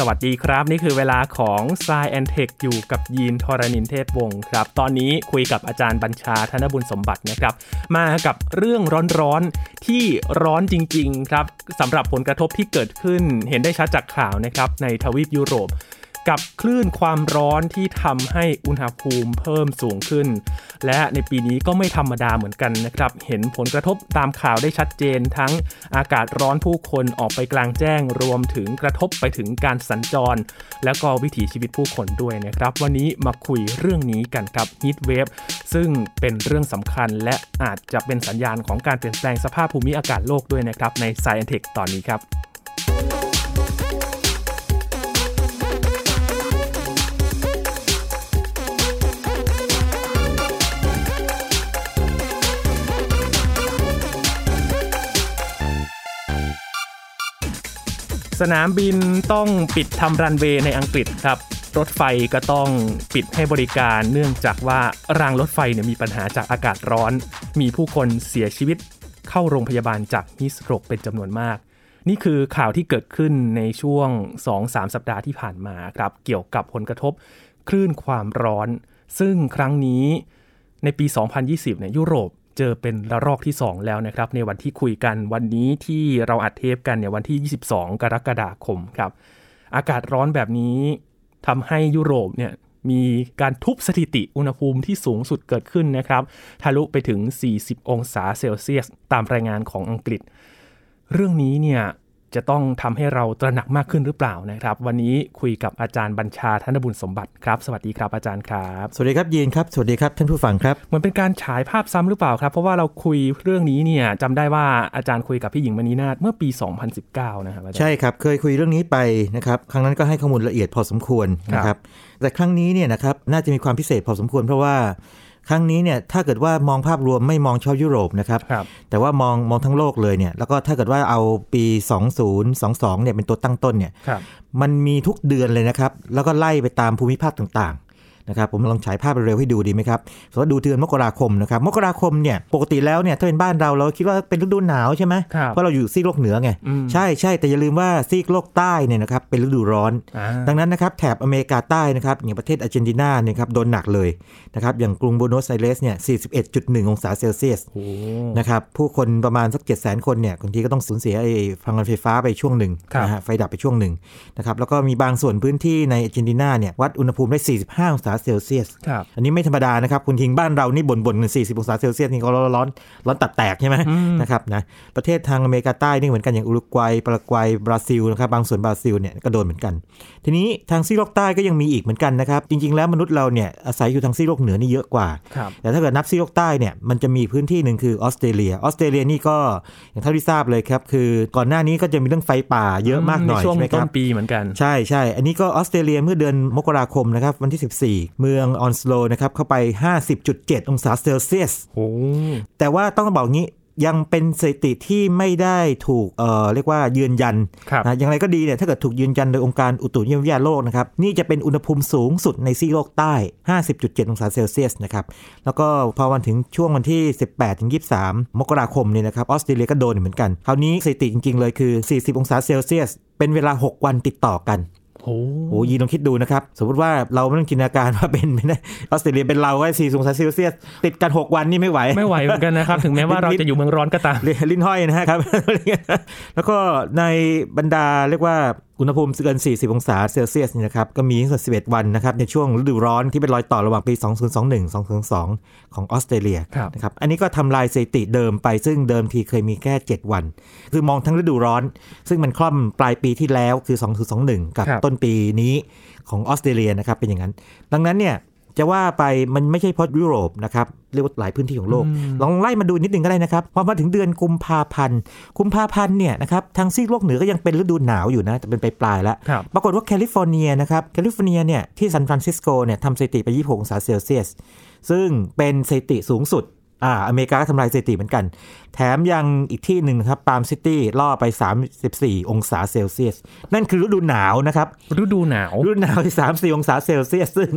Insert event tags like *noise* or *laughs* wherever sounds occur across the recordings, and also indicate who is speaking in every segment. Speaker 1: สวัสดีครับ นี่คือเวลาของ s ซแอนเทคอยู่กับยีนทรณินเทพวงศ์ครับ ตอนนี้คุยกับอาจารย์บัญชาธนบุญสมบัตินะครับ มากับเรื่องร้อนๆที่ร้อนจริง ๆ ครับสำหรับผลกระทบที่เกิดขึ้นเห็นได้ชัดจากข่าวนะครับในทวีปยุโรป กับคลื่นความร้อนที่ทำให้อุณหภูมิเพิ่มสูงขึ้น และในปีนี้ก็ไม่ธรรมดาเหมือนกันนะครับ เห็นผลกระทบตามข่าวได้ชัดเจน ทั้งอากาศร้อนผู้คนออกไปกลางแจ้งรวมถึงกระทบไปถึงการสัญจร และก็วิถีชีวิตผู้คนด้วยนะครับ วันนี้มาคุยเรื่องนี้กันกับ heat wave ซึ่งเป็นเรื่องสำคัญและอาจจะเป็นสัญญาณของการเปลี่ยนแปลงสภาพภูมิอากาศโลกด้วยนะครับใน Science Tech ตอนนี้ครับ สนามบินต้องปิดทำรันเวย์ในอังกฤษครับ รถไฟก็ต้องปิดให้บริการ เนื่องจากว่ารางรถไฟเนี่ยมีปัญหาจากอากาศร้อน มีผู้คนเสียชีวิตเข้าโรงพยาบาลจากฮิสโตรกเป็นจำนวนมาก นี่คือข่าวที่เกิดขึ้นในช่วง 2-3 สัปดาห์ที่ผ่านมาครับ เกี่ยวกับผลกระทบคลื่นความร้อน ซึ่งครั้งนี้ ในปี 2020 เนี่ยยุโรปเจอเป็นระลอกที่ 2 แล้วนะครับ ในวันที่คุยกันวันนี้ที่เราอัดเทปกันเนี่ยวันที่ 22 กรกฎาคมครับ อากาศร้อนแบบนี้ทำให้ยุโรปเนี่ยมีการทุบสถิติอุณหภูมิที่สูงสุดเกิดขึ้นนะครับ ทะลุไปถึง 40 องศาเซลเซียส ตามรายงานของอังกฤษ เรื่องนี้เนี่ยจะต้องทำให้เราตระหนักมากขึ้นหรือเปล่านะครับ วันนี้คุยกับอาจารย์บัญชาธนบุญสมบัติครับ สวัสดีครับอาจารย์ครับ
Speaker 2: สวัสดีครับยีนครับ สวัสดีครับท่านผู้ฟังครับ
Speaker 1: เหมือนเป็นการฉายภาพซ้ำหรือเปล่าครับ เพราะว่าเราคุยเรื่องนี้เนี่ยจำได้ว่าอาจารย์คุยกับพี่หญิงมณีนาฏเมื่อปี 2019 นะครับอาจารย์
Speaker 2: ใช่ครับ เคยคุยเรื่องนี้ไปนะครับครั้งนั้นก็ให้ข้อมูลละเอียดพอสมควรนะ
Speaker 1: ค
Speaker 2: ค
Speaker 1: รั
Speaker 2: รับ บ แต่ครั้งนี้เนี่ยนะครับน่าจะมีความพิเศษพอสมควร เพราะว่าครั้งนี้เนี่ยถ้าเกิดว่ามองภาพรวมไม่มองเฉพาะยุโรปนะครับ
Speaker 1: ครับ
Speaker 2: แต่ว่ามองมองทั้งโลกเลยเนี่ยแล้วก็ถ้าเกิดว่าเอาปี 2022เนี่ยเป็นตัวตั้งต้นเนี่ย
Speaker 1: ครับ
Speaker 2: มันมีทุกเดือนเลยนะครับแล้วก็ไล่ไปตามภูมิภาคต่างๆนะครับผมลองฉายภาพเร็วๆให้ดูดีไหมครับสมมติดูเดือนมกราคมนะครับมกราคมเนี่ยปกติแล้วเนี่ยถ้าเป็นบ้านเราเราคิดว่าเป็นฤดูหนาวใช่ไหม
Speaker 1: ครับ
Speaker 2: เพราะเราอยู่ซีกโลกเหนือไง
Speaker 1: อืม
Speaker 2: ใช่ใช่แต่อย่าลืมว่าซีกโลกใต้เนี่ยนะครับเป็นฤดูร้อน
Speaker 1: อ่า
Speaker 2: ดังนั้นนะครับแถบอเมริกาใต้นะครับอย่างประเทศอาร์เจนตินาเนี่ยครับโดนหนักเลยนะครับอย่างกรุงบูโนสไอเรสเนี่ย 41.1 องศาเซลเซียส
Speaker 1: โอ้
Speaker 2: นะครับผู้คนประมาณสัก 700,000 คนเนี่ยบางทีก็ต้องสูญเสียไอ้พลังงานไฟฟ้าไปช่วงหนึ่งนะฮะไฟดับไปช่วงหนึ่งนะครับแล้วก็มีบางส่วนพื้นที่ในอาร์เจนตินาเนี่ยวัดอุณหภูมิได้ 45 องศาเซลเซียส
Speaker 1: ครับ
Speaker 2: อันนี้ไม่ธรรมดานะครับ คุณทิ้งบ้านเรานี่บนบ่นๆกัน40 องศาเซลเซียสนี่ก็ร้อนร้อนร้อนตับแตกใช่ไหม
Speaker 1: อืม
Speaker 2: นะครับนะประเทศทางอเมริกาใต้นี่เหมือนกันอย่างอุรุกวัยปารากวัยบราซิลนะครับบางส่วนบราซิลเนี่ยก็โดนเหมือนกัน ทีนี้ทางซีกโลกใต้ก็ยังมีอีกเหมือนกันนะครับจริง ๆแล้วมนุษย์เราเนี่ยอาศัยอยู่ทางซีกโลกเหนือนี่เยอะกว่า
Speaker 1: ครับ
Speaker 2: แต่ถ้าเกิดนับซีกโลกใต้เนี่ยมันจะมีพื้นที่หนึ่งคือออสเตรเลียออสเตรเลียนี่ก็อย่างเท่าที่ทราบเลยครับคือก่อนหน้านี้ก็จะมีเรื่องไฟป่าเยอะมากหน่อย
Speaker 1: ในช่วง
Speaker 2: ใช่ไหมค
Speaker 1: ต้
Speaker 2: รับ
Speaker 1: นปีเหมือนกัน
Speaker 2: ใช่ใช่อันนี้ก็ออสเตรเลียเมื่อเดือนมกราคมนะครับวันที่ 14 เมืองออนสโลว์นะครับเข้าไป 50.7 องศาเซลเซียส
Speaker 1: โอ้
Speaker 2: แต่ว่าต้องบอกงี้ยังเป็นสถิติที่ไม่ได้ถูกเอ่อเรียกว่ายืนยัน
Speaker 1: ครับ
Speaker 2: นะอย่างไรก็ดีเนี่ยถ้าเกิดถูกยืนยันโดยองค์การอุตุนิยมวิทยาโลกนะครับนี่จะเป็นอุณหภูมิสูงสุดในซีกโลกใต้ 50.7 องศาเซลเซียสนะครับแล้วก็พอวันถึงช่วงวันที่ 18ถึง23 มกราคมเนี่ยนะครับออสเตรเลียก็โดนเหมือนกันคราวนี้สถิติจริงๆเลยคือ 40 องศาเซลเซียส เป็นเวลา 6 วันติดต่อกัน
Speaker 1: โอ้
Speaker 2: โอ้ยยีลองคิดดูนะครับ สมมติว่าเราไม่ต้องจินตนาการ *laughs* ว่าเป็นไม่ได้ออสเตรเลียเป็นเราก็สี่องศาเซลเซียส ติดกัน 6 วันนี่ไม่ไหว
Speaker 1: ไม่ไหวเหมือนกันนะครับ ถึงแม้ว่าเราจะอยู่เมืองร้อนก็ตาม
Speaker 2: *laughs* ลิ้นห้อยนะครับ *laughs* แล้วก็ในบรรดาเรียกว่าอุณหภูมิเกิน 40 องศาเซลเซียสเนี่ยนะครับ ก็มีทั้งหมด11 วันนะครับ ในช่วงฤดูร้อนที่เป็นรอยต่อระหว่างปี 2021 2022 ของออสเตรเลีย
Speaker 1: ครับ
Speaker 2: นะครับ อันนี้ก็ทำลายสถิติเดิมไปซึ่งเดิมทีเคยมีแค่ 7 วัน คือมองทั้งฤดูร้อน ซึ่งมันคล่อมปลายปีที่แล้วคือ 2021 กับ
Speaker 1: ครับ
Speaker 2: ต้นปีนี้ของออสเตรเลียนะครับเป็นอย่างนั้น ดังนั้นเนี่ยจะว่าไปมันไม่ใช่เพราะยุโรปนะครับเรียกว่าหลายพื้นที่ของโลก ลองไล่มาดูนิดหนึ่งก็ได้นะครับพอมาถึงเดือนกุมภาพันธ์กุมภาพันธ์เนี่ยนะครับทางซีกโลกเหนือก็ยังเป็นฤดูหนาวอยู่นะแต่เป็นปลายปลายๆแล้ว
Speaker 1: ครับ
Speaker 2: ปรากฏว่าแคลิฟอร์เนียนะครับแคลิฟอร์เนียเนี่ยที่ซานฟรานซิสโกเนี่ยทำสถิติไป 26 องศาเซลเซียส ซึ่งเป็นสถิติสูงสุด อ่าอเมริกาก็ทำลายสถิติเหมือนกัน แถมยังอีกที่หนึ่งนะครับปาล์มซิตี้ล่อไป 34 องศาเซลเซียส นั่นคือฤดูหนาวนะครับ
Speaker 1: ฤดูหนาว
Speaker 2: รุ่นหนาวที่สามสี่องศาเซลเซียส ซึ่ง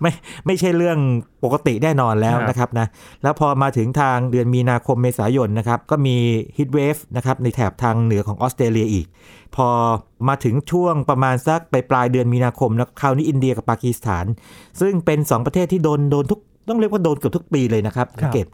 Speaker 2: ไม่ไม่ใช่เรื่องปกติแน่นอนแล้ว
Speaker 1: ครับ
Speaker 2: นะครับนะ แล้วพอมาถึงทางเดือนมีนาคมเมษายนนะครับ ก็มีฮิทเวฟนะครับในแถบทางเหนือของออสเตรเลียอีก พอมาถึงช่วงประมาณสักปลายปลายเดือนมีนาคมนะคราวนี้อินเดียกับปากีสถาน ซึ่งเป็น 2 ประเทศที่โดนโดนทุกต้องเรียกว่าโดนเกือบทุกปีเลยนะครับสังเกต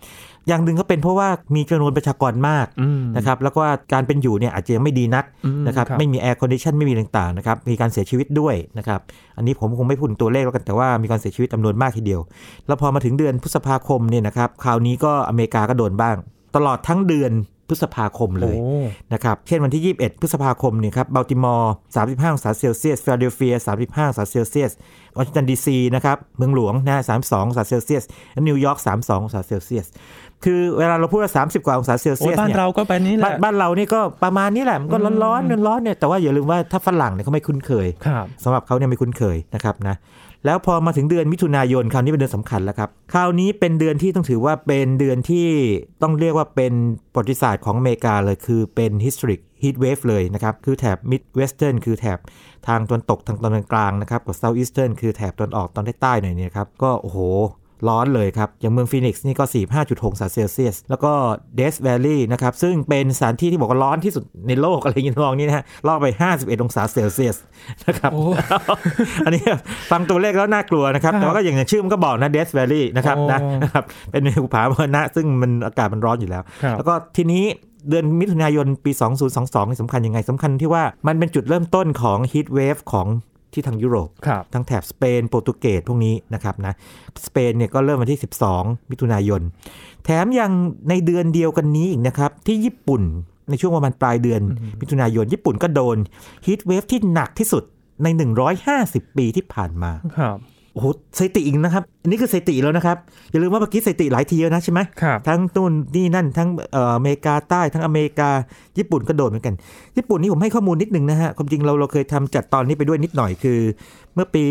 Speaker 2: อย่างหนึ่งก็เป็นเพราะว่ามีจำนวนประชากรมาก
Speaker 1: อืม
Speaker 2: นะครับแล้วก็การเป็นอยู่เนี่ยอาจจะยังไม่ดีนัก
Speaker 1: อืม
Speaker 2: นะครับไม่มีแอร์คอนดิชันไม่มีต่างๆนะครับมีการเสียชีวิตด้วยนะครับอันนี้ผมคงไม่พูดถึงตัวเลขแล้วกันแต่ว่ามีการเสียชีวิตจำนวนมากทีเดียว แล้วพอมาถึงเดือนพฤษภาคมเนี่ยนะครับคราวนี้ก็อเมริกาก็โดนบ้าง ตลอดทั้งเดือนพฤษภาคมเล
Speaker 1: โอ้
Speaker 2: ยนะครับเช่นวันที่ 21 พฤษภาคมเนี่ยครับเบลติมอร์35องศาเซลเซียสฟิลาเดลเฟีย 35องศาเซลเซียสวอชิงตันดีซีนะครับเมืองหลวงนะ32องศาเซลเซียสและนิวยอร์ก32องศาเซลเซียสคือเวลาเราพูดว่า30 กว่าองศาเซล
Speaker 1: โอ้
Speaker 2: เซียส
Speaker 1: บ้าน
Speaker 2: เนี่ย
Speaker 1: เราก็แบบนี้แห
Speaker 2: บ้า
Speaker 1: ละ
Speaker 2: นบ้านเรานี่ก็ประมาณนี้แหละมันก็ร้อนๆร้อนๆเนี่ยแต่ว่าอย่าลืมว่าถ้าฝรั่งเนี่ยเขาไม่คุ้นเคย
Speaker 1: ครับ
Speaker 2: สำหรับเขาเนี่ยไม่คุ้นเคยนะครับนะแล้วพอมาถึงเดือนมิถุนายนคราวนี้เป็นเดือนสำคัญแล้วครับคราวนี้เป็นเดือนที่ต้องถือว่าเป็นเดือนที่ต้องเรียกว่าเป็นประวัติศาสตร์ของอเมริกาเลยคือเป็น historic heat wave เลยนะครับ คือแถบ mid western คือแถบทางตะวันตกทางตอนกลางนะครับกับ south eastern คือแถบตะวันออกตอนใต้ๆหน่อยเนี่ยครับก็โอ้โห ร้อนเลยครับ อย่างเมืองฟีนิกซ์นี่ก็ 45.6องศาเซลเซียส แล้วก็เดสแวลลีย์นะครับ ซึ่งเป็นสถานที่ที่บอกว่าร้อนที่สุดในโลกอะไรอย่างเงี้ยลองนี่นะฮะล่อไป 51 องศาเซลเซียสนะครับ
Speaker 1: โอ้
Speaker 2: *laughs* อันนี้ฟังตัวเลขแล้วน่ากลัวนะครับ
Speaker 1: ครับ
Speaker 2: แต่ว่าก็อย่างชื่อมันก็บอกนะเดสแวลลีย์นะครับ
Speaker 1: โอ้
Speaker 2: นะนะครับ เป็นภูผาเมือนะ ซึ่งมันอากาศมันร้อนอยู่แล้ว
Speaker 1: ครับ
Speaker 2: แล้วก็ทีนี้เดือนมิถุนายนปี 2022นี่สำคัญยังไงสำคัญที่ว่ามันเป็นจุดเริ่มต้นของฮีทเวฟของที่ทางยุโรป
Speaker 1: ครับ
Speaker 2: ทั้งแถบสเปนโปรตุเกสพวกนี้นะครับนะสเปนเนี่ยก็เริ่มวันที่ 12 มิถุนายน แถมยังในเดือนเดียวกันนี้อีกนะครับ ที่ญี่ปุ่นในช่วงประมาณปลายเดือนมิถุนายน ญี่ปุ่นก็โดนฮีทเวฟที่หนักที่สุดใน 150 ปีที่ผ่านมา
Speaker 1: ครับ
Speaker 2: โอ้โหสถิติอีกนะครับอันนี้คือสถิติแล้วนะครับ อย่าลืมว่าเมื่อกี้สถิติหลายทีแล้วนะใช่ไหม
Speaker 1: ครับ
Speaker 2: ทั้งนู่นนี่นั่นทั้งเอ่ออเมริกาใต้ทั้งอเมริกาญี่ปุ่นก็โดนเหมือนกัน ญี่ปุ่นนี่ผมให้ข้อมูลนิดหนึ่งนะฮะ ความจริงเราเราเคยทำจัดตอนนี้ไปด้วยนิดหน่อยคือ เมื่อปี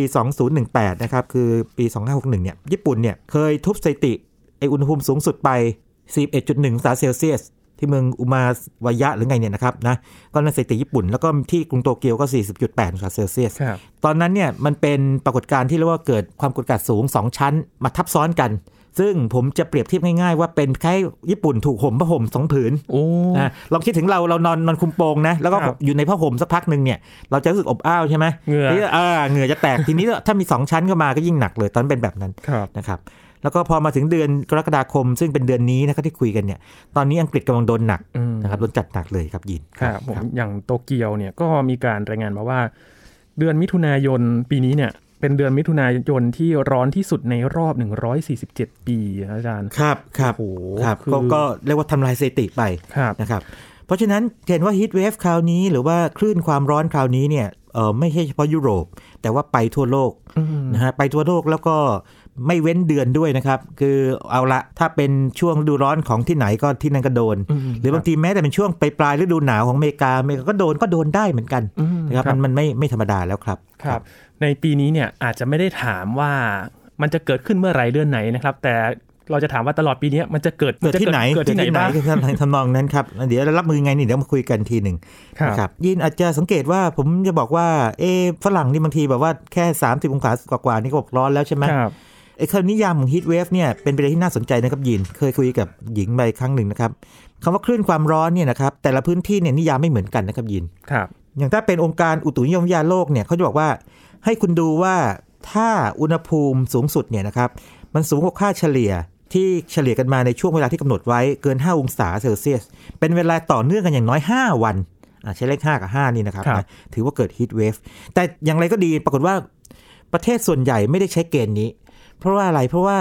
Speaker 2: 2018 นะครับ คือปี 2561 เนี่ย ญี่ปุ่นเนี่ย เคยทุบสถิติไออุณหภูมิสูงสุดไป 11.1องศาเซลเซียส ที่เมืองอุมาวายะหรือไงเนี่ยนะครับนะก็นั่นสถิติญี่ปุ่นแล้วก็ที่กรุงโตเกียวก็ 40.8องศาเซลเซียส
Speaker 1: ครับ
Speaker 2: ตอนนั้นเนี่ยมันเป็นปรากฏการณ์ที่เรียกว่าเกิดความกดอากาศสูง 2 ชั้นมาทับซ้อนกัน ซึ่งผมจะเปรียบเทียบง่ายๆ ว่าเป็นคล้ายญี่ปุ่นถูกห่มผ้าห่มสองผืน
Speaker 1: โอ้
Speaker 2: นะลองคิดถึงเราเรานอนนอนคลุมโปงนะ แล้วก็
Speaker 1: ครับ
Speaker 2: อยู่ในผ้าห่มสักพักหนึ่งเนี่ยเราจะรู้สึกอบอ้าวใช่ไหม
Speaker 1: เหงื่อ
Speaker 2: ทีนี้เออเหงื่อจะแตก ทีนี้ถ้ามี 2 ชั้นเข้ามาก็ยิ่งหนักเลย ตอนนนเป็นแบบนั้น
Speaker 1: ครับ
Speaker 2: นะครับแล้วก็พอมาถึงเดือนกรกฎาคม ซึ่งเป็นเดือนนี้นะครับที่คุยกันเนี่ยตอนนี้อังกฤษกำลังโดนหนัก
Speaker 1: อืม
Speaker 2: นะครับโดนจัดหนักเลยครับยิน
Speaker 1: ครับผมอย่างโตเกียวเนี่ยก็มีการรายงานมาว่า เดือนมิถุนายนปีนี้เนี่ย เป็นเดือนมิถุนายนที่ร้อนที่สุดในรอบ 147 ปีนะอาจารย์
Speaker 2: ครับครับ
Speaker 1: โอ้โห
Speaker 2: ครับ
Speaker 1: คือ
Speaker 2: ก็ก็เรียกว่าทำลายสถิติไป
Speaker 1: ครับ
Speaker 2: นะครับเพราะฉะนั้นเห็นว่าฮีทเวฟคราวนี้หรือว่าคลื่นความร้อนคราวนี้เนี่ยเออไม่ใช่เฉพาะยุโรป แต่ว่าไปทั่วโลก
Speaker 1: อืม
Speaker 2: นะฮะไปทั่วโลกแล้วก็ไม่เว้นเดือนด้วยนะครับ คือเอาละถ้าเป็นช่วงฤดูร้อนของที่ไหนก็ที่นั่นก็โดน
Speaker 1: อืม
Speaker 2: หรือบางทีแม้แต่เป็นช่วงปลายปลายๆฤดูหนาวของอเมริกาอเมริกาก็โดนก็โดนได้เหมือนกัน
Speaker 1: อืม
Speaker 2: นะครับมันมันไม่ไม่ธรรมดาแล้วครับ
Speaker 1: ครับ ในปีนี้เนี่ยอาจจะไม่ได้ถามว่ามันจะเกิดขึ้นเมื่อไหร่เดือนไหนนะครับ แต่เราจะถามว่าตลอดปีเนี้ยมันจะเกิด
Speaker 2: เกิดที่ไหน
Speaker 1: เกิดที่ไหนบ้าง
Speaker 2: ทำทำนองนั้นครับ เดี๋ยวเรารับมือไงนี่เดี๋ยวมาคุยกันทีหนึ่ง
Speaker 1: ครับ
Speaker 2: นะครับยินอาจจะสังเกตว่าผมจะบอกว่าเอะฝรั่งนี่บางทีแบบว่าแค่ 30 องศากว่ากว่าๆนี่ก็บอกร้อนแล้วใช่ไหม
Speaker 1: ครับ
Speaker 2: ไอ้คำนิยามของฮีทเวฟเนี่ยเป็นประเด็นที่น่าสนใจนะครับยินเคยคุยกับหญิงไปครั้งหนึ่งนะครับคำว่าคลื่นความร้อนเนี่ยนะครับแต่ละพื้นที่เนี่ยนิยามไม่เหมือนกันนะครับยิน
Speaker 1: ครับ
Speaker 2: อย่างถ้าเป็นองค์การอุตุนิยมวิทยาโลกเนี่ยเขาจะบอกว่าให้คุณดูว่าถ้าอุณหภูมิสูงสุดเนี่ยนะครับมันสูงกว่าค่าเฉลี่ยที่เฉลี่ยกันมาในช่วงเวลาที่กำหนดไว้เกิน 5 องศาเซลเซียส เป็นเวลาต่อเนื่องกันอย่างน้อย 5 วันอ่ะใช้เลข 5 กับ 5 นี่นะครับ
Speaker 1: ครับ
Speaker 2: นะถือว่าเกิดฮีทเวฟแต่อย่างไรก็ดีปรากฏว่าประเทศส่วนใหญ่ไม่ได้ใช้เกณฑ์นี้ เพราะว่าอะไรเพราะว่า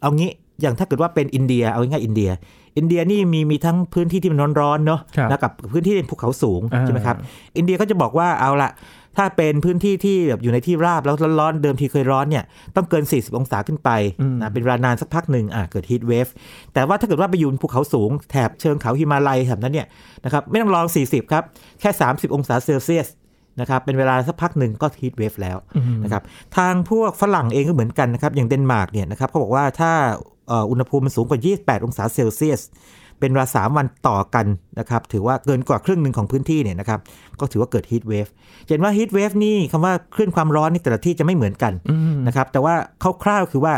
Speaker 2: เอางี้อย่างถ้าเกิดว่าเป็นอินเดียเอาง่ายๆอินเดีย อินเดียนี่มีมีทั้งพื้นที่ที่มันร้อนๆเนาะ
Speaker 1: ครับ
Speaker 2: แล้วกับพื้นที่ที่เป็นภูเขาสูง
Speaker 1: อ่า
Speaker 2: ใช่ไหมครับ อินเดียก็จะบอกว่าเอาละถ้าเป็นพื้นที่ที่แบบอยู่ในที่ราบแล้วร้อนๆเดิมทีเคยร้อนเนี่ยต้องเกิน 40 องศาขึ้นไป
Speaker 1: อืม
Speaker 2: นะเป็นเวลานานสักพักหนึ่งอ่ะเกิดฮีทเวฟแต่ว่าถ้าเกิดว่าไปอยู่บนภูเขาสูงแถบเชิงเขาฮิมาลัยแถบนั้นเนี่ยนะครับไม่ต้องลอง 40 ครับ แค่ 30 องศาเซลเซียสนะครับเป็นเวลาสักพักหนึ่งก็ฮีทเวฟแล้ว นะครับทางพวกฝรั่งเองก็เหมือนกันนะครับอย่างเดนมาร์กเนี่ยนะครับเขาบอกว่าถ้า เอ่ออุณหภูมิมันสูงกว่า 28 องศาเซลเซียส เป็นเวลาสามวันต่อกันนะครับ ถือว่าเกินกว่าครึ่งหนึ่งของพื้นที่เนี่ยนะครับ ก็ถือว่าเกิดฮีทเวฟเห็นว่าฮีทเวฟนี่คำว่าคลื่นความร้อนนี่แต่ละที่จะไม่เหมือนกันนะครับ แต่ว่าคร่าวๆคือว่า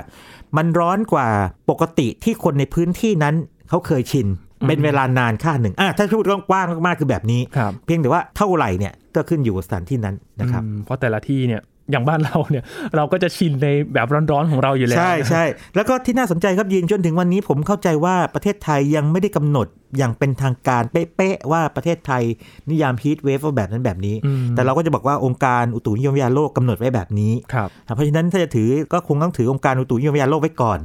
Speaker 2: มันร้อนกว่าปกติที่คนในพื้นที่นั้นเขาเคยชิน เป็นเวลานานค่าหนึ่งอ่ะถ้าพูดกว้างๆมากๆคือแบบนี้
Speaker 1: ครับ
Speaker 2: เพียงแต่ว่าเท่าไหร่เนี่ยก็ขึ้นอยู่กับสถานที่นั้นนะครับ
Speaker 1: อืมเพราะแต่ละที่เนี่ยอย่างบ้านเราเนี่ย เราก็จะชินในแบบร้อนๆของเราอยู่แล้ว
Speaker 2: ใช่ใช่แล้วก็ที่น่าสนใจครับยินจนถึงวันนี้ผมเข้าใจว่าประเทศไทยยังไม่ได้กำหนดอย่างเป็นทางการเป๊ะๆว่าประเทศไทยนิยามฮีทเวฟว่าแบบนั้นแบบนี้
Speaker 1: อืม
Speaker 2: แต่เราก็จะบอกว่าองค์การอุตุนิยมวิทยาโลกกำหนดไว้แบบนี้
Speaker 1: ครับ
Speaker 2: อ่ะเพราะฉะนั้นถ้าจะถือก็คงต้องถือองค์การอุตุนิยมวิทยาโลกไว้ก่อน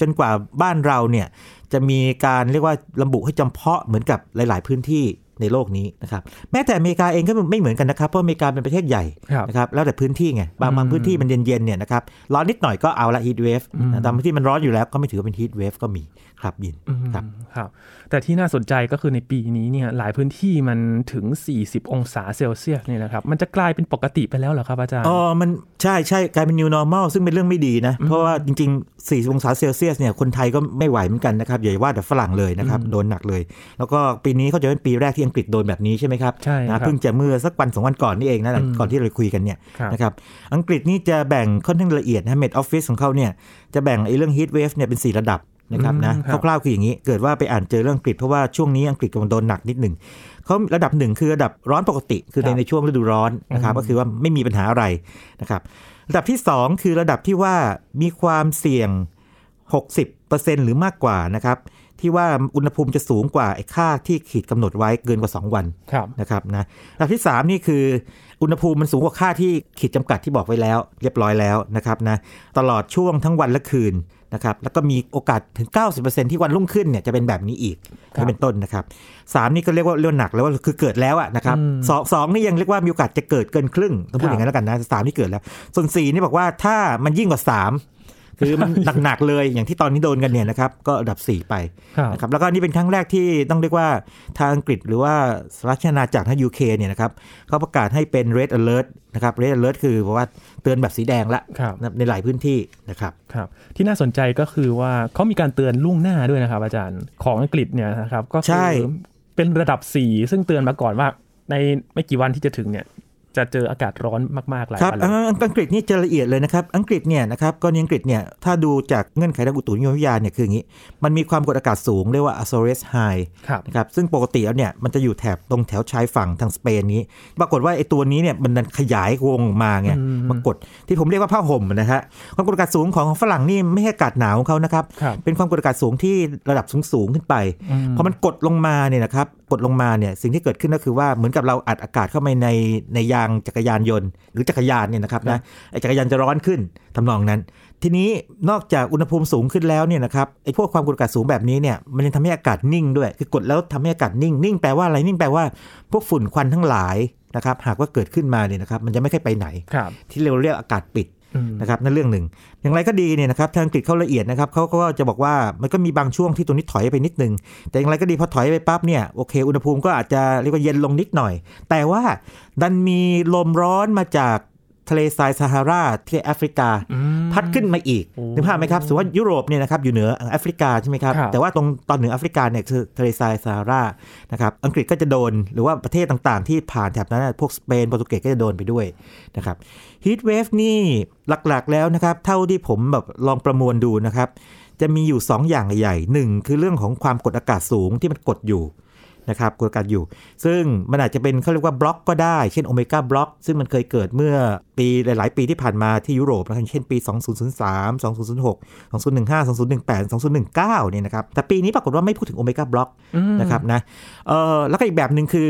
Speaker 2: จนกว่าบ้านเราเนี่ยจะมีการเรียกว่าระบุให้จำเพาะเหมือนกับหลาย ๆ พื้นที่ในโลกนี้นะครับแม้แต่อเมริกาเองก็ไม่เหมือนกันนะครับเพราะอเมริกาเป็นประเทศใหญ่
Speaker 1: ครับ
Speaker 2: นะครับแล้วแต่พื้นที่ไงบางบางพื้นที่มันเย็นๆเนี่ยนะครับร้อนนิดหน่อยก็เอาละฮีทเวฟแต่บางที่มันร้อนอยู่แล้วก็ไม่ถือว่าเป็นฮีทเวฟก็มีครับยิน
Speaker 1: อืม
Speaker 2: ครับ
Speaker 1: ครับ แต่ที่น่าสนใจก็คือในปีนี้เนี่ยหลายพื้นที่มันถึง 40 องศาเซลเซียสเนี่ยนะครับ มันจะกลายเป็นปกติไปแล้วเหรอครับอาจารย์
Speaker 2: อ๋อมันใช่ใช่กลายเป็น new normal ซึ่งเป็นเรื่องไม่ดีนะ เพราะว่าจริงๆ 4 องศาเซลเซียสเนี่ยคนไทยก็ไม่ไหวเหมือนกันนะครับ อย่าว่าแต่ฝรั่งเลยนะครับ โดนหนักเลย แล้วก็ปีนี้เขาจะเป็นปีแรกที่อังกฤษโดนแบบนี้ใช่ไหมครับ
Speaker 1: ใช่ครับ
Speaker 2: นะเพิ่งจะเมื่อสักวันสองวันก่อนนี่เองนะ
Speaker 1: อืม
Speaker 2: ก่อนที่เราคุยกันเนี่ย
Speaker 1: ครับ
Speaker 2: นะครับอังกฤษนี่จะแบ่งค่อนข้างละเอียดนะเมดออฟฟิศของเขาเนี่ยจะแบ่งไอ้เรื่อง heat wave เนี่ยเป็นสี่ระดับ นะครับนะ
Speaker 1: อืมครับ
Speaker 2: คร่าวๆคืออย่างนี้ เกิดว่าไปอ่านเจอเรื่องอังกฤษเพราะว่าช่วงนี้อังกฤษกำลังโดนหนักนิดหนึ่งเขาระดับหนึ่งคือระดับร้อนปกติ คือใน
Speaker 1: ครับ
Speaker 2: ในช่วงฤดูร้อนนะครับก็คือว่าไม่มีปัญหาอะไรนะครับระดับที่ 2 คือระดับที่ว่ามีความเสี่ยง 60%หรือมากกว่านะครับที่ว่าอุณหภูมิจะสูงกว่าไอ้ค่าที่ขีดกำหนดไว้เกินกว่า 2 วัน
Speaker 1: ครับ
Speaker 2: นะครับนะระดับที่ 3 นี่คืออุณหภูมิมันสูงกว่าค่าที่ขีดจำกัดที่บอกไว้แล้ว เรียบร้อยแล้วนะครับนะตลอดช่วงทั้งวันและคืนนะครับแล้วก็มีโอกาสถึง 90%ที่วันรุ่งขึ้นเนี่ยจะเป็นแบบนี้อีก
Speaker 1: ครับ
Speaker 2: นี่เป็นต้นนะครับสามนี่ก็เรียกว่าเรื่องหนักแล้วว่าคือเกิดแล้วอะนะครับสองสองนี่ยังเรียกว่ามีโอกาสจะเกิดเกินครึ่งต้องพูดอย่างนั้นแล้วกันนะสามนี่เกิดแล้ว ส่วนสี่นี่บอกว่าถ้ามันยิ่งกว่าสามคือมัน หนักๆเลยอย่างที่ตอนนี้โดนกันเนี่ยนะครับก็อันดับสี่ไป
Speaker 1: ครับ
Speaker 2: นะครับแล้วก็นี่เป็นครั้งแรกที่ต้องเรียกว่าทางอังกฤษหรือว่าสหราชอาณาจักรนะยูเคเนี่ยนะครับเขาประกาศให้เป็น red alert นะครับ red alert คือเพราะว่าเตือนแบบสีแดงละ
Speaker 1: ครับ
Speaker 2: นะในหลายพื้นที่นะครับ
Speaker 1: ครับที่น่าสนใจก็คือว่าเขามีการเตือนล่วงหน้าด้วยนะครับ อาจารย์ของอังกฤษเนี่ยนะครับก็
Speaker 2: ใช่
Speaker 1: คือเป็นระดับ 4 ซึ่งเตือนมาก่อนว่า ในไม่กี่วันที่จะถึงเนี่ยจะเจออากาศร้อนมากๆหลาย
Speaker 2: ครับ
Speaker 1: วันเล
Speaker 2: อ่าย อังกฤษนี่จะละเอียดเลยนะครับ อังกฤษเนี่ยนะครับกรณีอังกฤษเนี่ยถ้าดูจากเงื่อนไขทางอุตุนิยมวิทยาเนี่ยคืออย่างนี้ มันมีความกดอากาศสูงเรียกว่า Azores High
Speaker 1: ครับ
Speaker 2: นะครับซึ่งปกติแล้วเนี่ยมันจะอยู่แถบตรงแถวชายฝั่งทางสเปนนี้ ปรากฏว่าไอ้ตัวนี้เนี่ยมันดันขยายวงออกมาไง
Speaker 1: อืม
Speaker 2: ปรากฏที่ผมเรียกว่าผ้าห่มนะฮะความกดอากาศสูงของฝรั่งนี่ไม่ใช่อากาศหนาวของเขานะครับ
Speaker 1: ครับ
Speaker 2: เป็นความกดอากาศสูงที่ระดับสูงๆขึ้นไป
Speaker 1: อืม
Speaker 2: พอมันกดลงมาเนี่ยนะครับกดลงมาเนี่ยสิ่งที่เกิดขึ้นก็คือว่าเหมือนกับเราอัดอากาศเข้าไปในในยางจักรยานยนต์ หรือจักรยานเนี่ยนะครับนะไอ้จักรยานจะร้อนขึ้นทำนองนั้น ทีนี้นอกจากอุณหภูมิสูงขึ้นแล้วเนี่ยนะครับไอ้พวกความกดอากาศสูงแบบนี้เนี่ยมันยังทำให้อากาศนิ่งด้วย คือกดแล้วทำให้อากาศนิ่งนิ่งแปลว่าอะไรนิ่งแปลว่า พวกฝุ่นควันทั้งหลายนะครับหากว่าเกิดขึ้นมาเนี่ยนะครับมันจะไม่ค่อยไปไหน
Speaker 1: ครับ
Speaker 2: ที่เราเรียกอากาศปิด
Speaker 1: อืม
Speaker 2: นะครับนั่นเรื่องหนึ่ง อย่างไรก็ดีเนี่ยนะครับทางอังกฤษเขาละเอียดนะครับเขาก็จะบอกว่ามันก็มีบางช่วงที่ตัวนี้ถอยไปนิดนึง แต่อย่างไรก็ดีพอถอยไปปั๊บเนี่ยโอเค อุณหภูมิก็อาจจะเรียกว่าเย็นลงนิดหน่อย แต่ว่าดันมีลมร้อนมาจากทะเลทรายซาฮาราที่แอฟริกา พัดขึ้นมาอีก
Speaker 1: โอ้
Speaker 2: นึกภาพไหมครับสมมติว่ายุโรปเนี่ยนะครับอยู่เหนือแอฟริกาใช่ไหมครับ
Speaker 1: ครับ
Speaker 2: แต่ว่าตรงตอนเหนือแอฟริกาเนี่ยคือทะเลทรายซาฮารานะครับอังกฤษก็จะโดนหรือว่าประเทศต่างๆ ที่ผ่านแถบนั้นนะพวกสเปนโปรตุเกสก็จะโดนไปด้วยนะครับ ฮีทเวฟนี่หลักๆแล้วนะครับ เท่าที่ผมแบบลองประมวลดูนะครับ จะมีอยู่ 2 อย่างใหญ่ๆหนึ่งคือเรื่องของความกดอากาศสูงที่มันกดอยู่นะครับกดอากาศอยู่ ซึ่งมันอาจจะเป็นเขาเรียกว่าบล็อกก็ได้ เช่นโอเมก้าบล็อก ซึ่งมันเคยเกิดเมื่อปีหลาย ๆ ปีที่ผ่านมาที่ยุโรปนะครับเช่นปี 2003 2006 2015 2018 2019เนี่ยนะครับแต่ปีนี้ปรากฏว่าไม่พูดถึงโอเมก้าบล็อก
Speaker 1: อืม
Speaker 2: นะครับนะเออแล้วก็อีกแบบหนึ่งคือ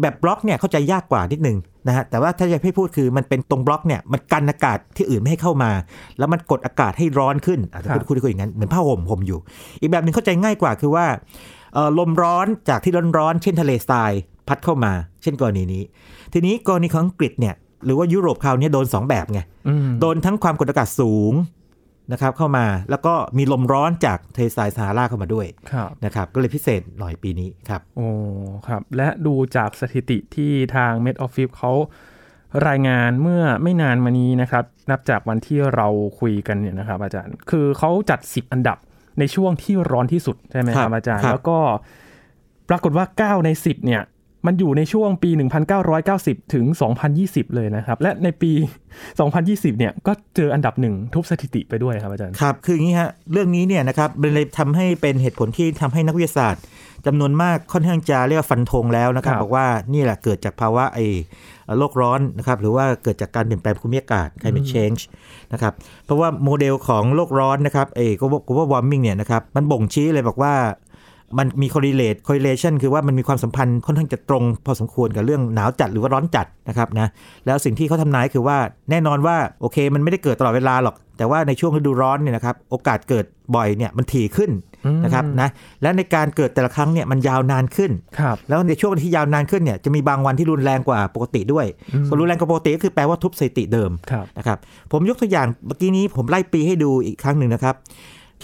Speaker 2: แบบบล็อกเนี่ยเข้าใจยากกว่านิดหนึงนะฮะแต่ว่าถ้าจะให้พูดคือมันเป็นตรงบล็อกเนี่ยมันกันอากาศที่อื่นไม่ให้เข้ามา แล้วมันกดอากาศให้ร้อนขึ้นอาจจะ
Speaker 1: ครับ
Speaker 2: พูดคุยอย่างนั้นเหมือนผ้าห่มห่มอยู่ อีกแบบหนึ่งเข้าใจง่ายกว่าคือว่าเอ่อลมร้อนจากที่ร้อนๆเช่นทะเลทรายพัดเข้ามา เช่นกรณีนี้ ทีนี้กรณีของอังกฤษเนี่ยหรือว่ายุโรปคราวเนี้ยโดนสองแบบไง
Speaker 1: อืม
Speaker 2: โดนทั้งความกดอากาศสูงนะครับเข้ามาแล้วก็มีลมร้อนจากทะเลทรายซาฮาราเข้ามาด้วย
Speaker 1: ครับ
Speaker 2: นะครับก็เลยพิเศษหน่อยปีนี้ครับ
Speaker 1: โอ้ครับ และดูจากสถิติที่ทาง Met Office เขารายงานเมื่อไม่นานมานี้นะครับ นับจากวันที่เราคุยกันเนี่ยนะครับอาจารย์ คือเขาจัด 10 อันดับ ในช่วงที่ร้อนที่สุดใช่ไหมค
Speaker 2: ครั
Speaker 1: รับบ อาจารย์
Speaker 2: ครับ
Speaker 1: แล้วก็ปรากฏว่า 9 ใน 10 เนี่ย มันอยู่ในช่วงปี 1990 ถึง 2020 เลยนะครับ และในปี 2020 เนี่ยก็เจออันดับหนึ่งทุบสถิติไปด้วยครับอาจารย์
Speaker 2: ครับ คืออย่างนี้ฮะ เรื่องนี้เนี่ยนะครับมันเลยทำให้เป็นเหตุผลที่ทำให้นักวิทยาศาสตร์จำนวนมากค่อนข้างจะเรียกว่าฟันธงแล้วนะครับ
Speaker 1: ครับ
Speaker 2: บอกว่านี่แหละเกิดจากภาวะไอโลกร้อนนะครับ หรือว่าเกิดจากการเปลี่ยนแปลงภูมิอากาศ climate change นะครับ เพราะว่าโมเดลของโลกร้อนนะครับไอ global warming เนี่ยนะครับ มันบ่งชี้เลยบอกว่า มันมี correlate correlation คือว่ามันมีความสัมพันธ์ค่อนข้างจะตรงพอสมควรกับเรื่องหนาวจัดหรือว่าร้อนจัดนะครับนะแล้วสิ่งที่เขาทำนายคือว่าแน่นอนว่าโอเค มันไม่ได้เกิดตลอดเวลาหรอก แต่ว่าในช่วงฤดูร้อนเนี่ยนะครับโอกาสเกิดบ่อยเนี่ยมันถี่ขึ้นนะครับนะและในการเกิดแต่ละครั้งเนี่ยมันยาวนานขึ้น
Speaker 1: ครับ
Speaker 2: แล้วในช่วงที่ยาวนานขึ้นเนี่ยจะมีบางวันที่รุนแรงกว่าปกติด้วยคนรุนแรงกว่าปกติก็คือแปลว่าทุบสถิติเดิม
Speaker 1: ครับ
Speaker 2: นะครับผมยกตัวอย่างเมื่อกี้นี้ผมไล่ปีให้ดูอีกครั้งหนึ่งนะครับ